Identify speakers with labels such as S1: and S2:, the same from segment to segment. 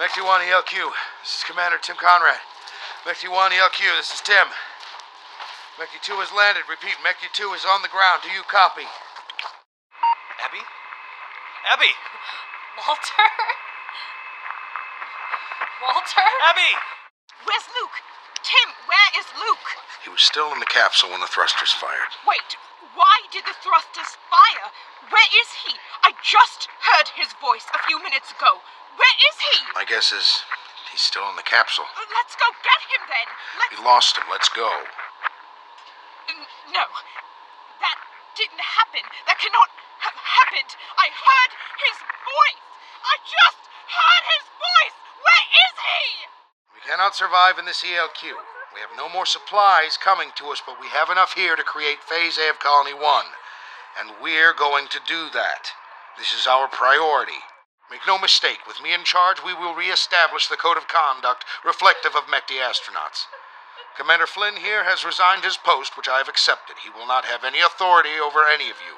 S1: Mechty 1 ELQ, this is Commander Tim Conrad. Mechty 1 ELQ, this is Tim. Mechty 2 has landed. Repeat, Mechty 2 is on the ground. Do you copy?
S2: Abby? Abby!
S3: Walter? Walter?
S2: Abby!
S3: Where's Luke? Tim, where is Luke?
S4: He was still in the capsule when the thrusters fired.
S3: Wait, why did the thrusters fire? Where is he? I just heard his voice a few minutes ago. Where is he?
S4: My guess is he's still in the capsule.
S2: Oh,
S3: Uh, Let's go get him then. Let's.
S4: We lost him. Let's go.
S3: N- no. That didn't happen. That cannot have happened. I heard his voice. I just heard his voice. Where is he?
S1: We cannot survive in this ELQ. We have no more supplies coming to us, but we have enough here to create Phase A of Colony 1. And we're going to do that. This is our priority. Make no mistake, with me in charge, we will reestablish the code of conduct reflective of MECTI astronauts. Commander Flynn here has resigned his post, which I have accepted. He will not have any authority over any of you.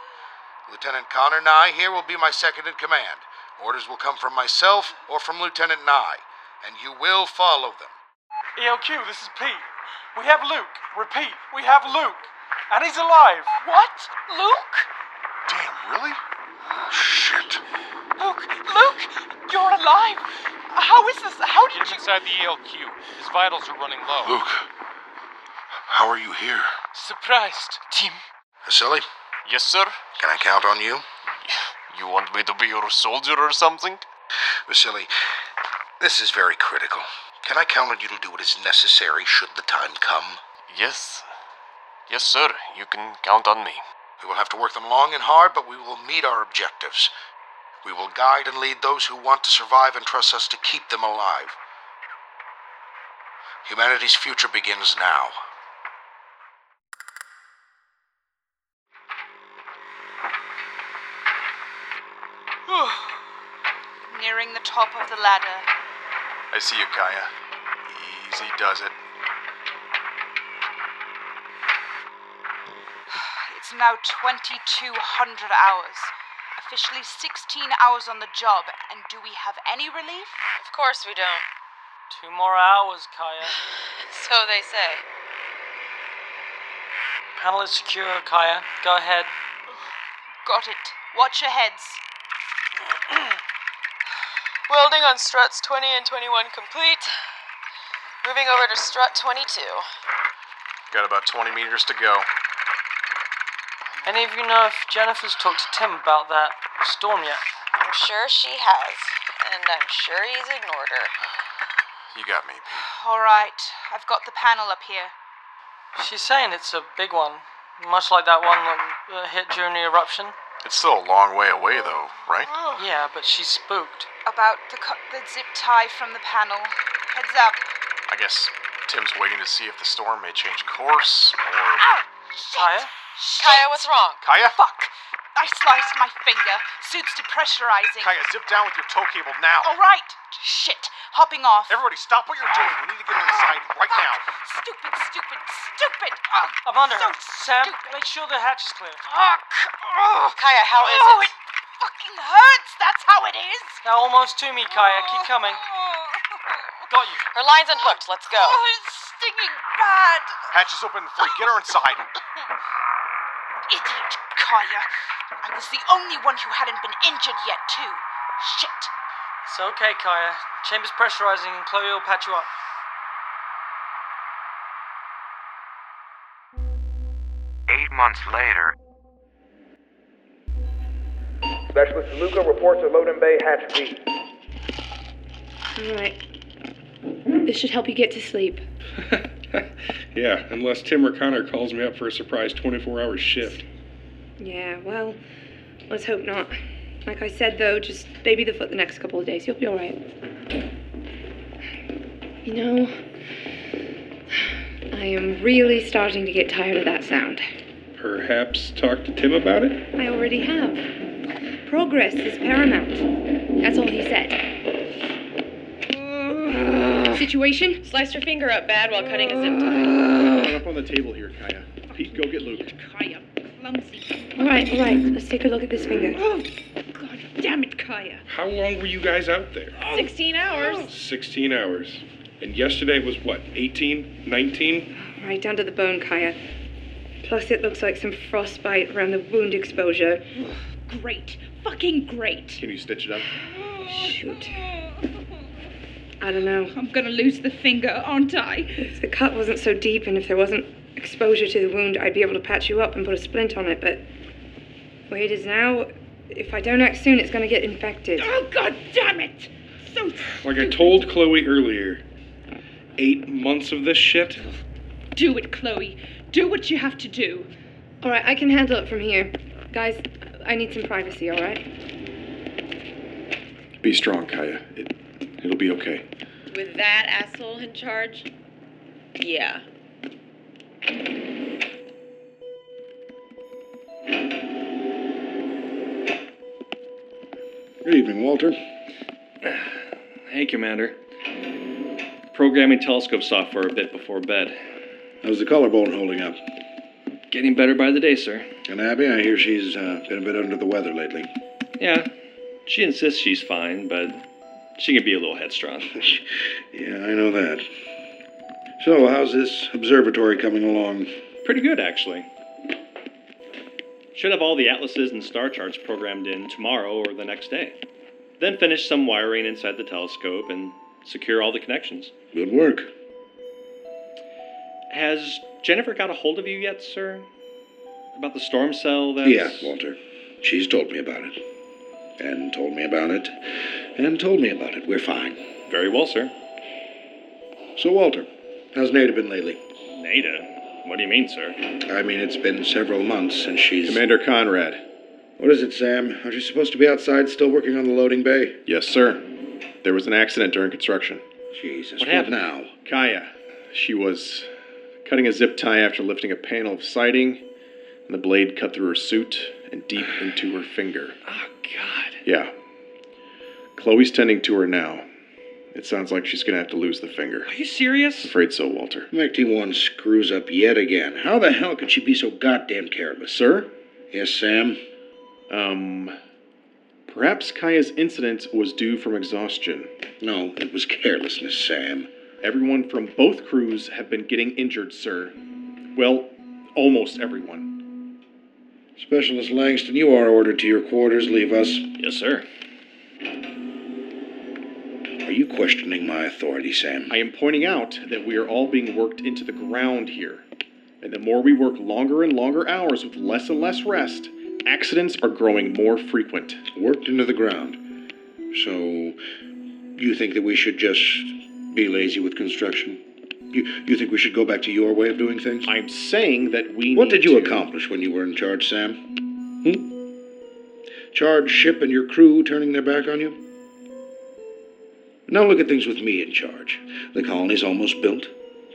S1: Lieutenant Connor Nye here will be my second in command. Orders will come from myself or from Lieutenant Nye, and you will follow them.
S2: ELQ, this is Pete. We have Luke. Repeat, we have Luke. And he's alive.
S3: What? Luke?
S4: Damn, really? Shit.
S3: Luke, Luke, you're alive. How is this? How did
S5: Get him
S3: you.
S5: inside the ELQ. His vitals are running low.
S4: Luke, how are you here?
S5: Surprised, Tim.
S4: Vasily,
S6: Yes, sir?
S4: can I count on you?
S6: You want me to be your soldier or something?
S4: Vasily, this is very critical. Can I count on you to do what is necessary should the time come?
S6: Yes. Yes, sir. You can count on me.
S1: We will have to work them long and hard, but we will meet our objectives.
S4: We will guide and lead those who want to survive and trust us to keep them alive. Humanity's future begins now.
S3: Nearing the top of the ladder.
S6: I see you, Kaya. Easy does it.
S3: It's now 2200 hours. Officially 16 hours on the job, and do we have any relief?
S7: Of course we don't.
S2: Two more hours, Kaya.
S7: So they say.
S2: Panel is secure, Kaya. Go ahead.
S3: Got it. Watch your heads.
S7: Welding on struts 20 and 21 complete. Moving over to strut 22.
S6: Got about 20 meters to go.
S2: Any of you know if Jennifer's talked to Tim about that storm yet?
S7: I'm sure she has, and I'm sure he's ignored her.
S6: You got me. Pete.
S3: All right, I've got the panel up here.
S2: She's saying it's a big one, much like that one that uh, hit during the eruption.
S6: It's still a long way away, though, right?
S7: Oh.
S2: Yeah, but she's spooked.
S3: About the, co- the zip tie from the panel. Heads up.
S6: I guess Tim's waiting to see if the storm may change course or.
S3: Ow!
S2: Kaya?
S7: Kaya, what's wrong?
S6: Kaya?
S3: Fuck! I sliced my finger. Suit's depressurizing.
S6: Kaya, zip down with your tow cable now.
S3: All right. Shit. Hopping off.
S6: Everybody, stop what you're doing. We need to get her inside right now.
S3: Stupid, stupid, stupid. Oh,
S2: I'm under
S3: so
S2: her. Sam,
S3: stupid.
S2: make sure the hatch is clear.
S3: Fuck. Oh,
S7: Kaya, how is
S3: oh,
S7: it?
S3: it fucking hurts. That's how it is.
S2: Now almost to me, Kaya. Keep coming. Got you.
S7: Her line's unhooked. Let's go.
S3: Oh, it's stinging bad.
S6: Hatch is open and free. Get her inside.
S3: Idiot, Kaya. I was the only one who hadn't been injured yet, too. Shit.
S2: It's okay, Kaya. Chamber's pressurizing and Chloe will patch you up.
S8: Eight months later,
S9: Specialist Luca reports at Loden Bay Hatch B.
S10: Alright. This should help you get to sleep.
S11: yeah, unless Tim or Connor calls me up for a surprise 24 hour shift.
S10: Yeah, well, let's hope not. Like I said, though, just baby the foot the next couple of days. You'll be alright. You know, I am really starting to get tired of that sound.
S11: Perhaps talk to Tim about it?
S10: I already have. Progress is paramount. That's all he said. Situation?
S12: Sliced her finger up bad while cutting a zip tie.
S11: Put up on the table here, Kaya. Pete, go get Luke.
S12: Kaya, clumsy.
S10: All right, all right. Let's take a look at this finger.
S12: Damn it, Kaya.
S11: How long were you guys out there?
S3: Um,
S12: 16 hours.
S11: 16 hours. And yesterday was what, 18? 19?
S10: Right down to the bone, Kaya. Plus, it looks like some frostbite around the wound exposure.
S12: Great. Fucking great.
S11: Can you stitch it up?
S10: Shoot. I don't know.
S12: I'm gonna lose the finger, aren't I?
S10: If the cut wasn't so deep and if there wasn't exposure to the wound, I'd be able to patch you up and put a splint on it, but the way it is now, if I don't act soon, it's gonna get infected.
S12: Oh, god damn it! So.
S11: Like I told Chloe earlier, eight months of this shit?
S12: Do it, Chloe. Do what you have to do.
S10: All right, I can handle it from here. Guys, I need some privacy, all right?
S11: Be strong, Kaya. It, it'll be okay.
S12: With that asshole in charge? Yeah.
S1: Good evening, Walter.
S13: Hey, Commander. Programming telescope software a bit before bed.
S1: How's the collarbone holding up?
S13: Getting better by the day, sir.
S1: And Abby, I hear she's uh, been a bit under the weather lately.
S13: Yeah, she insists she's fine, but she can be a little headstrong.
S1: Yeah, I know that. So, uh, how's this observatory coming along?
S13: Pretty good, actually. Should have all the atlases and star charts programmed in tomorrow or the next day. Then finish some wiring inside the telescope and secure all the connections.
S1: Good work.
S13: Has Jennifer got a hold of you yet, sir? About the storm cell that's.
S1: Yeah, Walter. She's told me about it. And told me about it. And told me about it. We're fine.
S13: Very well, sir.
S1: So, Walter, how's Nada been lately?
S13: Nada? What do you mean, sir?
S1: I mean, it's been several months since she's.
S6: Commander Conrad.
S1: What is it, Sam? Are you supposed to be outside still working on the loading bay?
S6: Yes, sir. There was an accident during construction.
S1: Jesus,
S13: What happened?
S1: now?
S6: Kaya, she was cutting a zip tie after lifting a panel of siding, and the blade cut through her suit and deep into her finger.
S13: Oh, God.
S6: Yeah. Chloe's tending to her now. It sounds like she's gonna have to lose the finger.
S13: Are you serious?
S6: Afraid so, Walter.
S1: McT1 screws up yet again. How the hell could she be so goddamn careless?
S6: Sir?
S1: Yes, Sam?
S6: Um. Perhaps Kaya's incident was due from exhaustion.
S1: No, it was carelessness, Sam.
S6: Everyone from both crews have been getting injured, sir. Well, almost everyone.
S1: Specialist Langston, you are ordered to your quarters. Leave us.
S13: Yes, sir.
S1: Are you questioning my authority, Sam?
S6: I am pointing out that we are all being worked into the ground here. And the more we work longer and longer hours with less and less rest, accidents are growing more frequent.
S1: Worked into the ground. So, you think that we should just be lazy with construction? You, you think we should go back to your way of doing things?
S6: I'm saying that we
S1: What
S6: need
S1: did you
S6: to-
S1: accomplish when you were in charge, Sam? Hmm? Charge ship and your crew turning their back on you? Now look at things with me in charge. The colony's almost built.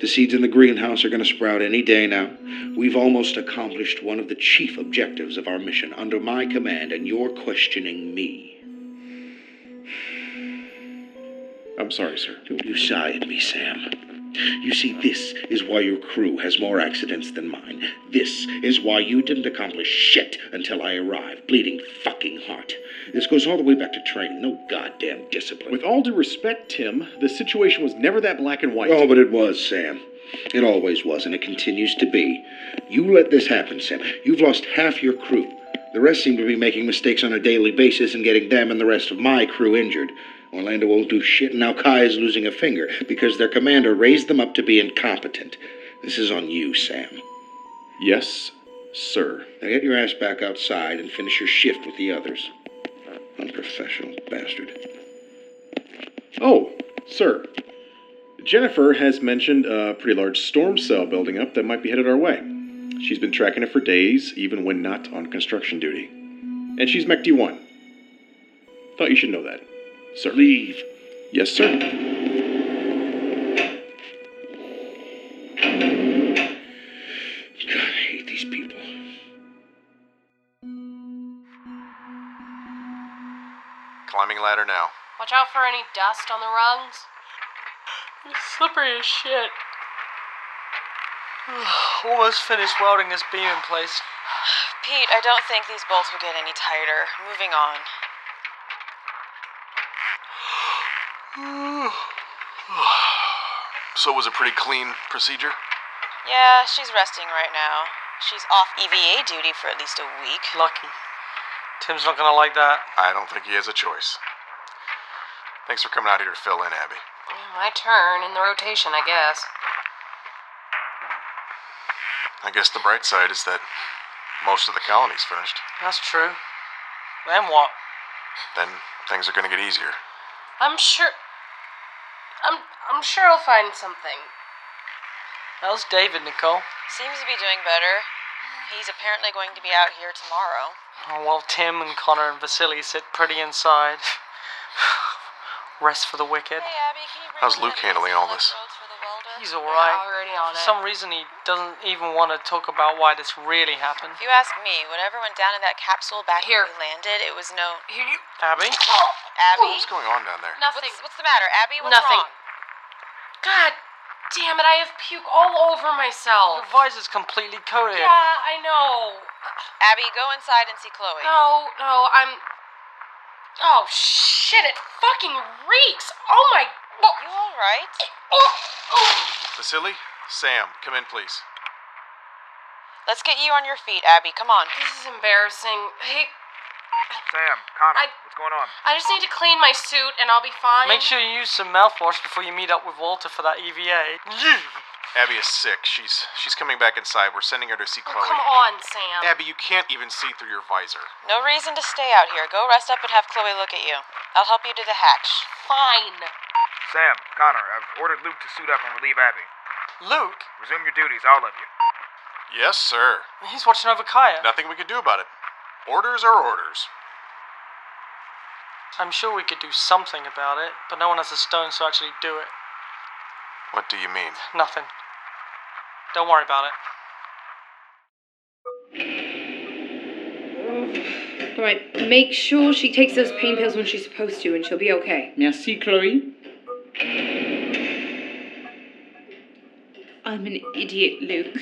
S1: The seeds in the greenhouse are going to sprout any day now. We've almost accomplished one of the chief objectives of our mission under my command, and you're questioning me.
S6: I'm sorry, sir.
S1: Don't you sigh at me, Sam. You see, this is why your crew has more accidents than mine. This is why you didn't accomplish shit until I arrived, bleeding fucking heart. This goes all the way back to training. No goddamn discipline.
S6: With all due respect, Tim, the situation was never that black and white.
S1: Oh, but it was, Sam. It always was, and it continues to be. You let this happen, Sam. You've lost half your crew. The rest seem to be making mistakes on a daily basis and getting them and the rest of my crew injured. Orlando won't do shit, and now Kai is losing a finger because their commander raised them up to be incompetent. This is on you, Sam.
S6: Yes, sir.
S1: Now get your ass back outside and finish your shift with the others. Unprofessional bastard.
S6: Oh, sir. Jennifer has mentioned a pretty large storm cell building up that might be headed our way. She's been tracking it for days, even when not on construction duty. And she's MechD1. Thought you should know that, sir.
S1: Leave.
S14: Yes, sir.
S15: God, I hate these people.
S6: Climbing ladder now.
S16: Watch out for any dust on the rungs.
S7: It's slippery as shit.
S2: Almost finished welding this beam in place.
S7: Pete, I don't think these bolts will get any tighter. Moving on.
S6: So it was a pretty clean procedure.
S7: Yeah, she's resting right now. She's off EVA duty for at least a week.
S2: Lucky. Tim's not gonna like that.
S6: I don't think he has a choice. Thanks for coming out here to fill in, Abby.
S16: My turn in the rotation, I guess.
S6: I guess the bright side is that most of the colony's finished.
S2: That's true. Then what?
S6: Then things are going to get easier.
S16: I'm sure. I'm I'm sure I'll find something.
S2: How's David, Nicole?
S7: Seems to be doing better. He's apparently going to be out here tomorrow.
S2: Oh, well, Tim and Connor and Vasily sit pretty inside. Rest for the wicked.
S7: Hey, Abby, can you bring
S6: How's
S7: me
S6: Luke
S7: that
S6: handling all this?
S7: roads for the welder?
S2: He's alright.
S7: They're already on
S2: For
S7: it.
S2: some reason, he doesn't even want to talk about why this really happened.
S7: If you ask me, whatever went down in that capsule back
S16: Here.
S7: when we landed, it was no.
S16: Here you.
S2: Abby?
S7: Abby?
S6: What's going on down there?
S16: Nothing.
S7: What's, what's the matter, Abby? What's
S16: Nothing.
S7: wrong?
S16: God damn it! I have puke all over myself.
S2: Your visor's completely coated.
S16: Yeah, I know.
S7: Abby, go inside and see Chloe.
S16: No, no, I'm. Oh shit! It fucking reeks. Oh my.
S7: You alright?
S6: Vasily? Sam, come in, please.
S7: Let's get you on your feet, Abby. Come on.
S16: This is embarrassing. Hey,
S1: Sam, Connor,
S16: I-
S1: what's going on?
S16: I just need to clean my suit and I'll be fine.
S2: Make sure you use some mouthwash before you meet up with Walter for that E EVA.
S6: Abby is sick. She's she's coming back inside. We're sending her to see Chloe.
S16: Oh, Come on, Sam.
S6: Abby, you can't even see through your visor.
S7: No reason to stay out here. Go rest up and have Chloe look at you. I'll help you to the hatch.
S16: Fine.
S1: Sam, Connor, I've ordered Luke to suit up and relieve Abby.
S2: Luke?
S1: Resume your duties, all of you.
S6: Yes, sir.
S2: He's watching over Kaya.
S6: Nothing we can do about it. Orders are orders.
S2: I'm sure we could do something about it, but no one has the stones to actually do it.
S6: What do you mean?
S2: Nothing. Don't worry about it.
S3: Right, make sure she takes those pain pills when she's supposed to and she'll be okay.
S17: Merci, Chloe.
S3: I'm an idiot, Luke.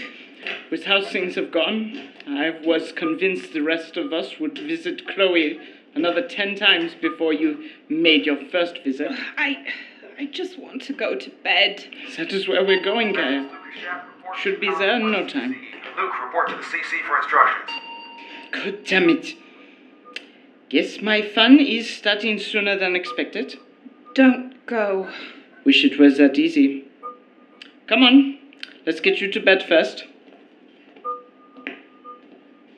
S17: With how things have gone, I was convinced the rest of us would visit Chloe another ten times before you made your first visit.
S3: I. I just want to go to bed.
S17: That is where we're going, Gaia. Should be there in no time.
S1: Luke, report to the CC for instructions.
S17: God damn it. Guess my fun is starting sooner than expected.
S3: Don't go.
S17: Wish it was that easy. Come on, let's get you to bed first.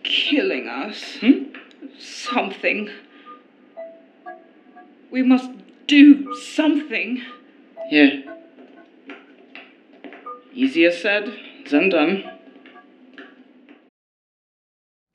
S3: Killing us.
S17: Hmm?
S3: Something. We must do something.
S17: Here. Easier said than done.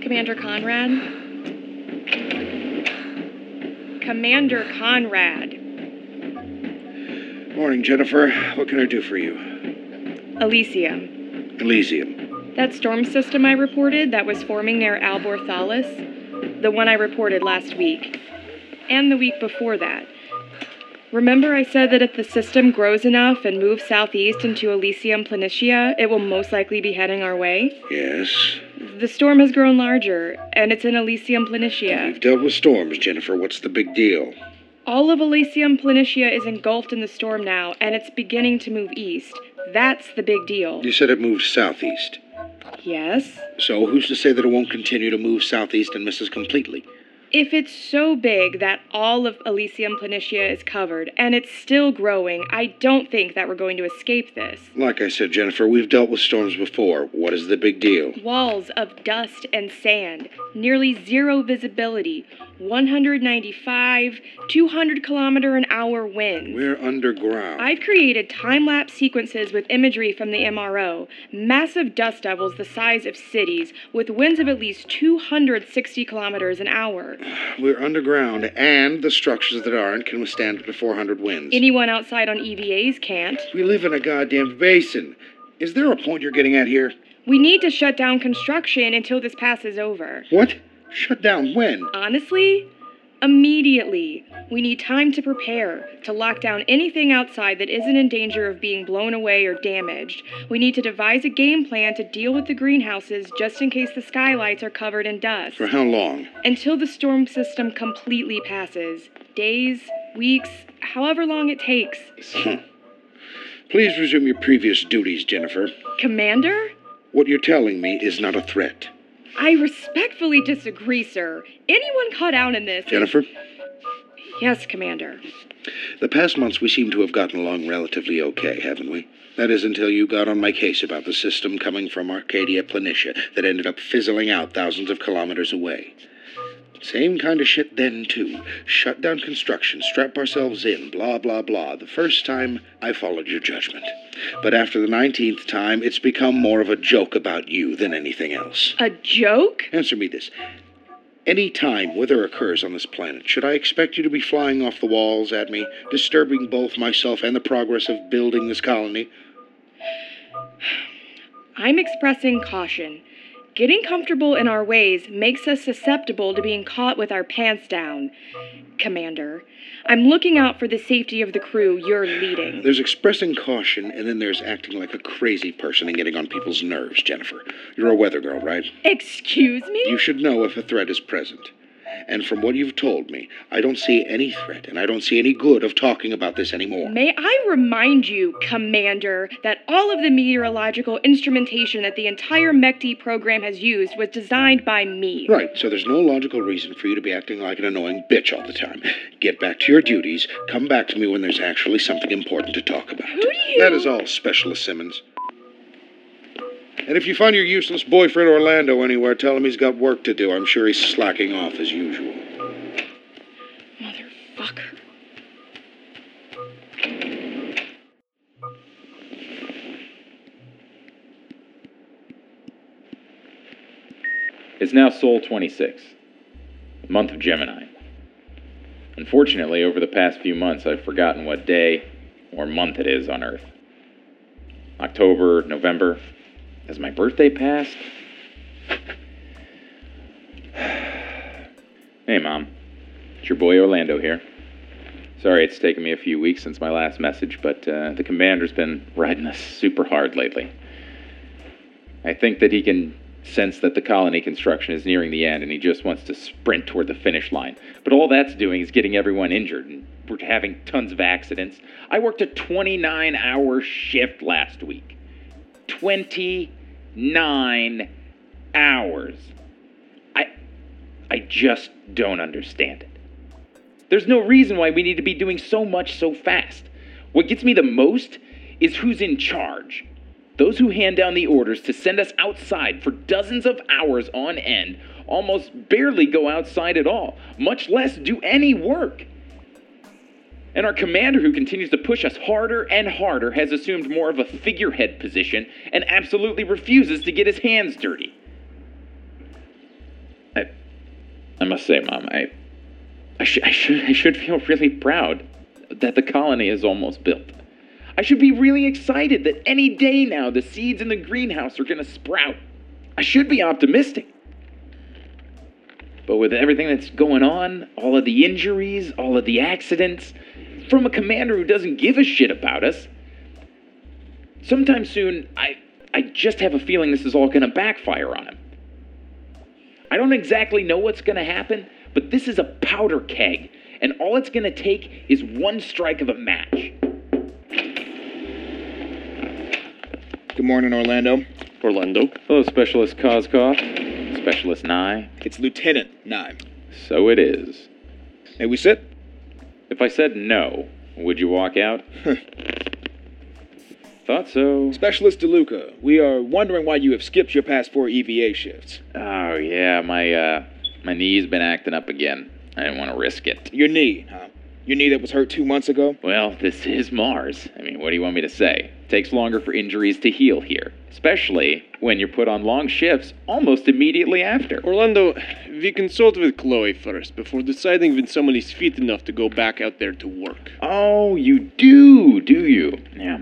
S18: Commander Conrad? Commander Conrad.
S15: Morning, Jennifer. What can I do for you?
S18: Elysium.
S15: Elysium.
S18: That storm system I reported that was forming near Alborthalis? the one I reported last week, and the week before that. Remember, I said that if the system grows enough and moves southeast into Elysium Planitia, it will most likely be heading our way?
S1: Yes.
S18: The storm has grown larger, and it's in Elysium Planitia.
S1: You've dealt with storms, Jennifer. What's the big deal?
S18: All of Elysium Planitia is engulfed in the storm now, and it's beginning to move east. That's the big deal.
S1: You said it moved southeast.
S18: Yes?
S1: So who's to say that it won't continue to move southeast and miss us completely?
S18: If it's so big that all of Elysium Planitia is covered, and it's still growing, I don't think that we're going to escape this.
S1: Like I said, Jennifer, we've dealt with storms before. What is the big deal?
S18: Walls of dust and sand, nearly zero visibility, 195, 200 kilometer an hour winds.
S1: We're underground.
S18: I've created time lapse sequences with imagery from the MRO. Massive dust devils the size of cities, with winds of at least 260 kilometers an hour.
S1: We're underground, and the structures that aren't can withstand up to 400 winds.
S18: Anyone outside on EVAs can't.
S1: we live in a goddamn basin. Is there a point you're getting at here?
S18: We need to shut down construction until this passes over.
S1: What? Shut down when?
S18: Honestly, immediately. We need time to prepare, to lock down anything outside that isn't in danger of being blown away or damaged. We need to devise a game plan to deal with the greenhouses just in case the skylights are covered in dust.
S1: For how long?
S18: Until the storm system completely passes. Days, weeks, however long it takes.
S1: Huh. Please resume your previous duties, Jennifer.
S18: Commander?
S1: What you're telling me is not a threat.
S18: I respectfully disagree, sir. Anyone caught out in this.
S1: Jennifer,
S18: Yes, Commander.
S1: the past months we seem to have gotten along relatively okay, haven't we? That is until you got on my case about the system coming from Arcadia Planitia that ended up fizzling out thousands of kilometers away. Same kind of shit then, too. Shut down construction, strap ourselves in, blah, blah, blah. The first time, I followed your judgment. But after the 19th time, it's become more of a joke about you than anything else.
S18: A joke?
S1: Answer me this. Any time weather occurs on this planet, should I expect you to be flying off the walls at me, disturbing both myself and the progress of building this colony?
S18: I'm expressing caution. Getting comfortable in our ways makes us susceptible to being caught with our pants down. Commander, I'm looking out for the safety of the crew you're leading.
S1: There's expressing caution, and then there's acting like a crazy person and getting on people's nerves, Jennifer. You're a weather girl, right?
S18: Excuse me?
S1: You should know if a threat is present. And from what you've told me, I don't see any threat, and I don't see any good of talking about this anymore.
S18: May I remind you, Commander, that all of the meteorological instrumentation that the entire MECD program has used was designed by me.
S1: Right, so there's no logical reason for you to be acting like an annoying bitch all the time. Get back to your duties, come back to me when there's actually something important to talk about.
S18: Who do you.
S1: That is all, Specialist Simmons. And if you find your useless boyfriend Orlando anywhere, tell him he's got work to do. I'm sure he's slacking off as usual.
S18: Motherfucker.
S5: It's now Sol 26, the month of Gemini. Unfortunately, over the past few months, I've forgotten what day or month it is on Earth. October, November. Has my birthday passed? hey, Mom. It's your boy Orlando here. Sorry it's taken me a few weeks since my last message, but uh, the commander's been riding us super hard lately. I think that he can sense that the colony construction is nearing the end and he just wants to sprint toward the finish line. But all that's doing is getting everyone injured and we're having tons of accidents. I worked a 29 hour shift last week. 29 hours. I I just don't understand it. There's no reason why we need to be doing so much so fast. What gets me the most is who's in charge. Those who hand down the orders to send us outside for dozens of hours on end almost barely go outside at all, much less do any work. And our commander, who continues to push us harder and harder, has assumed more of a figurehead position and absolutely refuses to get his hands dirty. I, I must say, Mom, I, I, sh- I, should, I should feel really proud that the colony is almost built. I should be really excited that any day now the seeds in the greenhouse are going to sprout. I should be optimistic. But with everything that's going on, all of the injuries, all of the accidents, from a commander who doesn't give a shit about us, sometime soon, I, I just have a feeling this is all going to backfire on him. I don't exactly know what's going to happen, but this is a powder keg, and all it's going to take is one strike of a match.
S9: Good morning, Orlando.
S5: Orlando. Hello, Specialist Kozkov. Specialist Nye.
S9: It's Lieutenant Nye.
S5: So it is.
S9: May we sit?
S5: If I said no, would you walk out? Thought so.
S9: Specialist DeLuca, we are wondering why you have skipped your past four EVA shifts.
S5: Oh yeah, my uh, my knee's been acting up again. I didn't want to risk it.
S9: Your knee, huh? Your knee that was hurt two months ago?
S5: Well, this is Mars. I mean, what do you want me to say? takes longer for injuries to heal here, especially when you're put on long shifts almost immediately after.
S19: Orlando, we consult with Chloe first before deciding when someone is fit enough to go back out there to work.
S5: Oh, you do, do you? Yeah.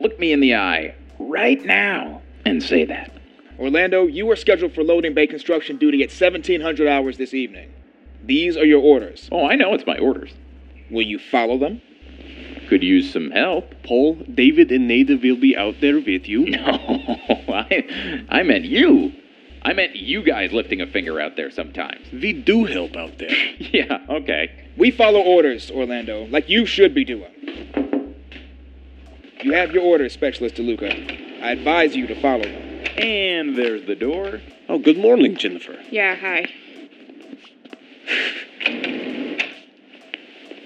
S5: Look me in the eye right now and say that.
S9: Orlando, you are scheduled for loading bay construction duty at 1700 hours this evening. These are your orders.
S5: Oh, I know it's my orders.
S9: Will you follow them?
S5: Could use some help.
S19: Paul, David, and Nada will be out there with you.
S5: No, I, I meant you. I meant you guys lifting a finger out there sometimes.
S19: We do help out there.
S5: Yeah, okay.
S9: We follow orders, Orlando, like you should be doing. You have your orders, Specialist DeLuca. I advise you to follow them.
S5: And there's the door.
S19: Oh, good morning, Jennifer.
S18: Yeah, hi.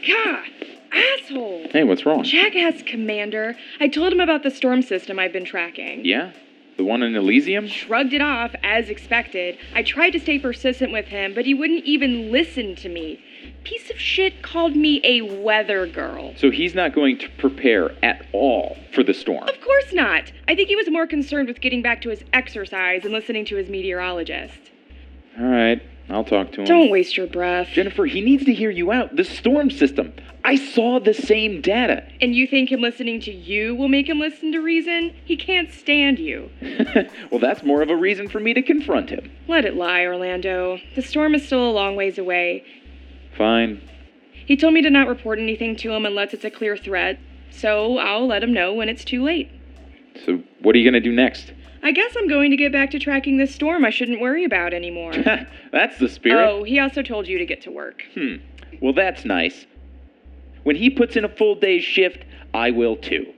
S18: God, asshole.
S5: Hey, what's wrong?
S18: Jackass Commander. I told him about the storm system I've been tracking.
S5: Yeah? The one in Elysium?
S18: Shrugged it off, as expected. I tried to stay persistent with him, but he wouldn't even listen to me. Piece of shit called me a weather girl.
S5: So he's not going to prepare at all for the storm.
S18: Of course not. I think he was more concerned with getting back to his exercise and listening to his meteorologist.
S5: All right, I'll talk to him.
S18: Don't waste your breath.
S5: Jennifer, he needs to hear you out. The storm system. I saw the same data.
S18: And you think him listening to you will make him listen to reason? He can't stand you.
S5: well, that's more of a reason for me to confront him.
S18: Let it lie, Orlando. The storm is still a long ways away.
S5: Fine.
S18: He told me to not report anything to him unless it's a clear threat, so I'll let him know when it's too late.
S5: So, what are you going to do next?
S18: I guess I'm going to get back to tracking this storm I shouldn't worry about anymore.
S5: that's the spirit.
S18: Oh, he also told you to get to work.
S5: Hmm. Well, that's nice. When he puts in a full day's shift, I will too.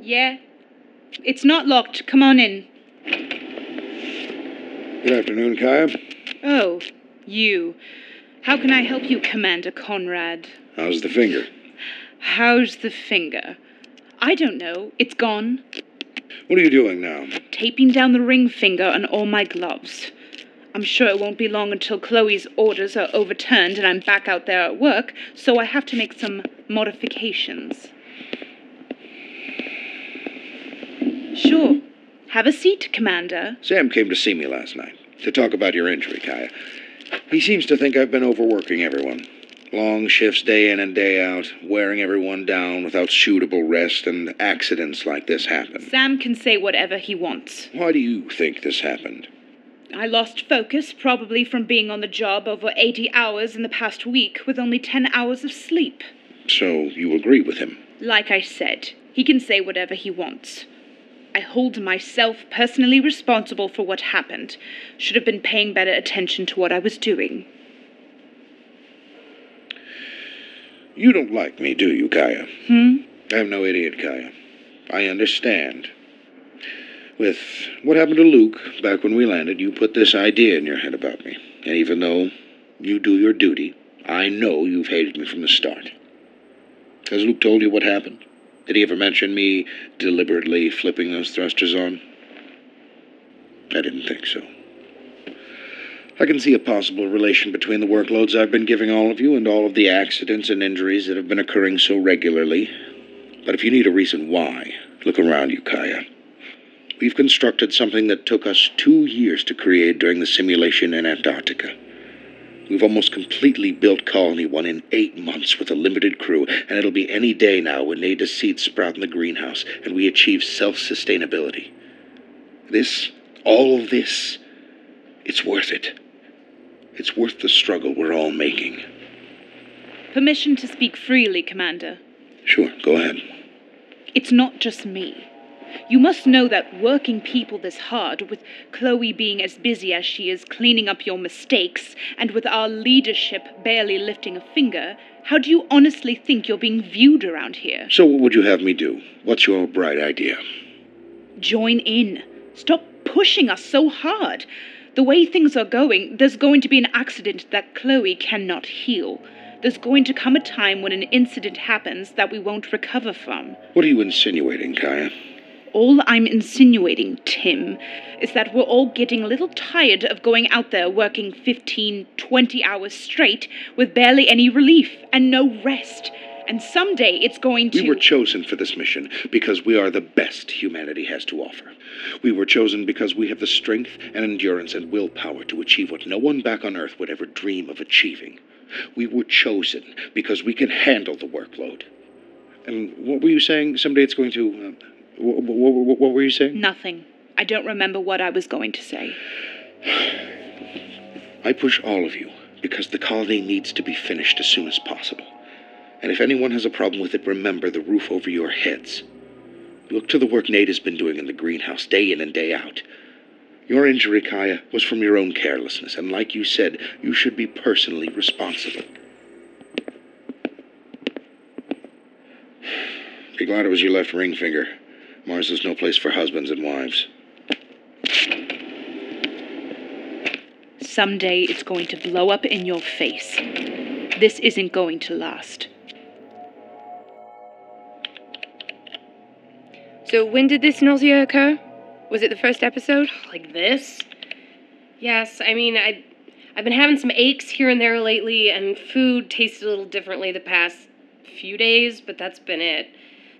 S3: Yeah. It's not locked. Come on in.
S1: Good afternoon, Kaya.
S3: Oh, you. How can I help you, Commander Conrad?
S1: How's the finger?
S3: How's the finger? I don't know. It's gone.
S1: What are you doing now?
S3: Taping down the ring finger on all my gloves. I'm sure it won't be long until Chloe's orders are overturned and I'm back out there at work, so I have to make some modifications. Sure. Have a seat, Commander.
S1: Sam came to see me last night to talk about your injury, Kaya. He seems to think I've been overworking everyone. Long shifts day in and day out, wearing everyone down without suitable rest, and accidents like this happen.
S3: Sam can say whatever he wants.
S1: Why do you think this happened?
S3: I lost focus, probably from being on the job over 80 hours in the past week with only 10 hours of sleep.
S1: So you agree with him?
S3: Like I said, he can say whatever he wants. I hold myself personally responsible for what happened. Should have been paying better attention to what I was doing.
S1: You don't like me, do you, Kaya?
S3: Hmm?
S1: I'm no idiot, Kaya. I understand. With what happened to Luke back when we landed, you put this idea in your head about me. And even though you do your duty, I know you've hated me from the start. Has Luke told you what happened? Did he ever mention me deliberately flipping those thrusters on? I didn't think so. I can see a possible relation between the workloads I've been giving all of you and all of the accidents and injuries that have been occurring so regularly. But if you need a reason why, look around you, Kaya. We've constructed something that took us two years to create during the simulation in Antarctica. We've almost completely built Colony One in eight months with a limited crew, and it'll be any day now when Nada's seeds sprout in the greenhouse and we achieve self sustainability. This, all of this, it's worth it. It's worth the struggle we're all making.
S3: Permission to speak freely, Commander.
S1: Sure, go ahead.
S3: It's not just me. You must know that working people this hard, with Chloe being as busy as she is cleaning up your mistakes, and with our leadership barely lifting a finger, how do you honestly think you're being viewed around here?
S1: So, what would you have me do? What's your bright idea?
S3: Join in. Stop pushing us so hard. The way things are going, there's going to be an accident that Chloe cannot heal. There's going to come a time when an incident happens that we won't recover from.
S1: What are you insinuating, Kaya?
S3: All I'm insinuating, Tim, is that we're all getting a little tired of going out there working 15, 20 hours straight with barely any relief and no rest. And someday it's going to.
S1: We were chosen for this mission because we are the best humanity has to offer. We were chosen because we have the strength and endurance and willpower to achieve what no one back on Earth would ever dream of achieving. We were chosen because we can handle the workload. And what were you saying? Someday it's going to. Uh, what, what, what were you saying?
S3: Nothing. I don't remember what I was going to say.
S1: I push all of you because the colony needs to be finished as soon as possible. And if anyone has a problem with it, remember the roof over your heads. Look to the work Nate has been doing in the greenhouse day in and day out. Your injury, Kaya, was from your own carelessness, and like you said, you should be personally responsible. Be glad it was your left ring finger. Mars is no place for husbands and wives.
S3: Someday it's going to blow up in your face. This isn't going to last.
S10: So, when did this nausea occur? Was it the first episode?
S12: Like this? Yes, I mean, I, I've been having some aches here and there lately, and food tasted a little differently the past few days, but that's been it.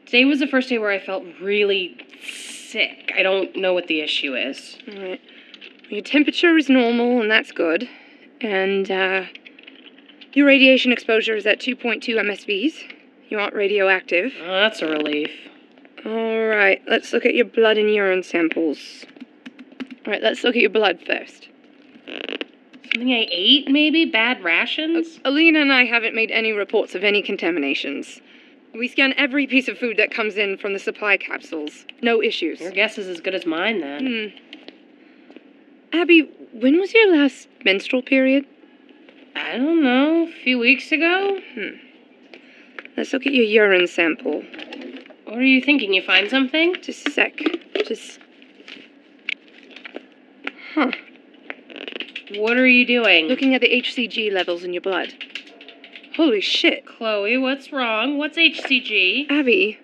S12: Today was the first day where I felt really sick. I don't know what the issue is.
S10: All right. Your temperature is normal, and that's good. And uh, your radiation exposure is at 2.2 MSVs. You aren't radioactive.
S12: Oh, that's a relief.
S10: All right, let's look at your blood and urine samples. All right, let's look at your blood first.
S12: Something I ate, maybe? Bad rations?
S10: Alina and I haven't made any reports of any contaminations. We scan every piece of food that comes in from the supply capsules. No issues.
S12: Your guess is as good as mine, then.
S10: Hmm. Abby, when was your last menstrual period?
S12: I don't know. A few weeks ago?
S10: Hmm. Let's look at your urine sample.
S12: What are you thinking? You find something?
S10: Just a sec. Just. Huh.
S12: What are you doing?
S10: Looking at the HCG levels in your blood. Holy shit.
S12: Chloe, what's wrong? What's HCG?
S10: Abby,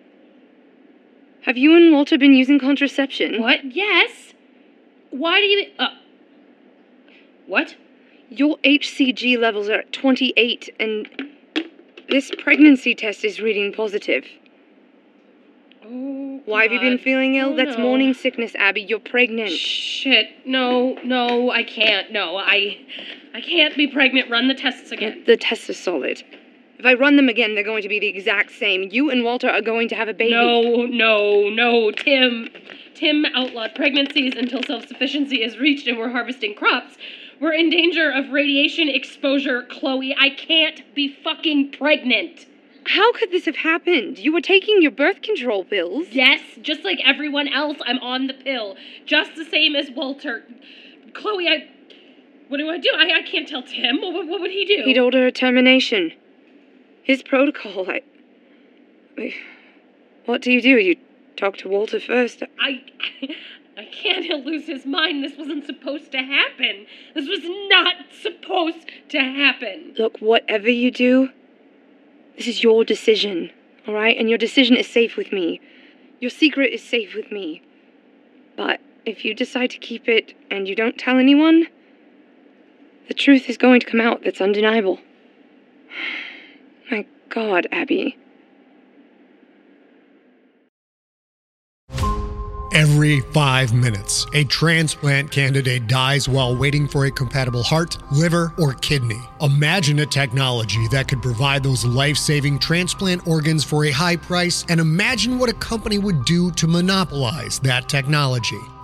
S10: have you and Walter been using contraception?
S12: What? Yes. Why do you. Uh, what?
S10: Your HCG levels are at 28, and this pregnancy test is reading positive.
S12: Oh,
S10: Why have you been
S12: God.
S10: feeling ill?
S12: Oh,
S10: That's
S12: no.
S10: morning sickness, Abby. You're pregnant.
S12: Shit. No, no, I can't. No, I. I can't be pregnant. Run the tests again.
S10: The tests are solid. If I run them again, they're going to be the exact same. You and Walter are going to have a baby.
S12: No, no, no, Tim. Tim outlawed pregnancies until self sufficiency is reached and we're harvesting crops. We're in danger of radiation exposure, Chloe. I can't be fucking pregnant.
S10: How could this have happened? You were taking your birth control pills.
S12: Yes, just like everyone else, I'm on the pill. Just the same as Walter. Chloe, I. What do I do? I, I can't tell Tim. What, would- what would he do?
S10: He'd order a termination. His protocol, I. Wait. What do you do? You talk to Walter first?
S12: I, I can't. He'll lose his mind. This wasn't supposed to happen. This was not supposed to happen.
S10: Look, whatever you do, this is your decision, all right? And your decision is safe with me. Your secret is safe with me. But if you decide to keep it and you don't tell anyone, the truth is going to come out that's undeniable. My God, Abby.
S8: Every five minutes, a transplant candidate dies while waiting for a compatible heart, liver, or kidney. Imagine a technology that could provide those life saving transplant organs for a high price, and imagine what a company would do to monopolize that technology.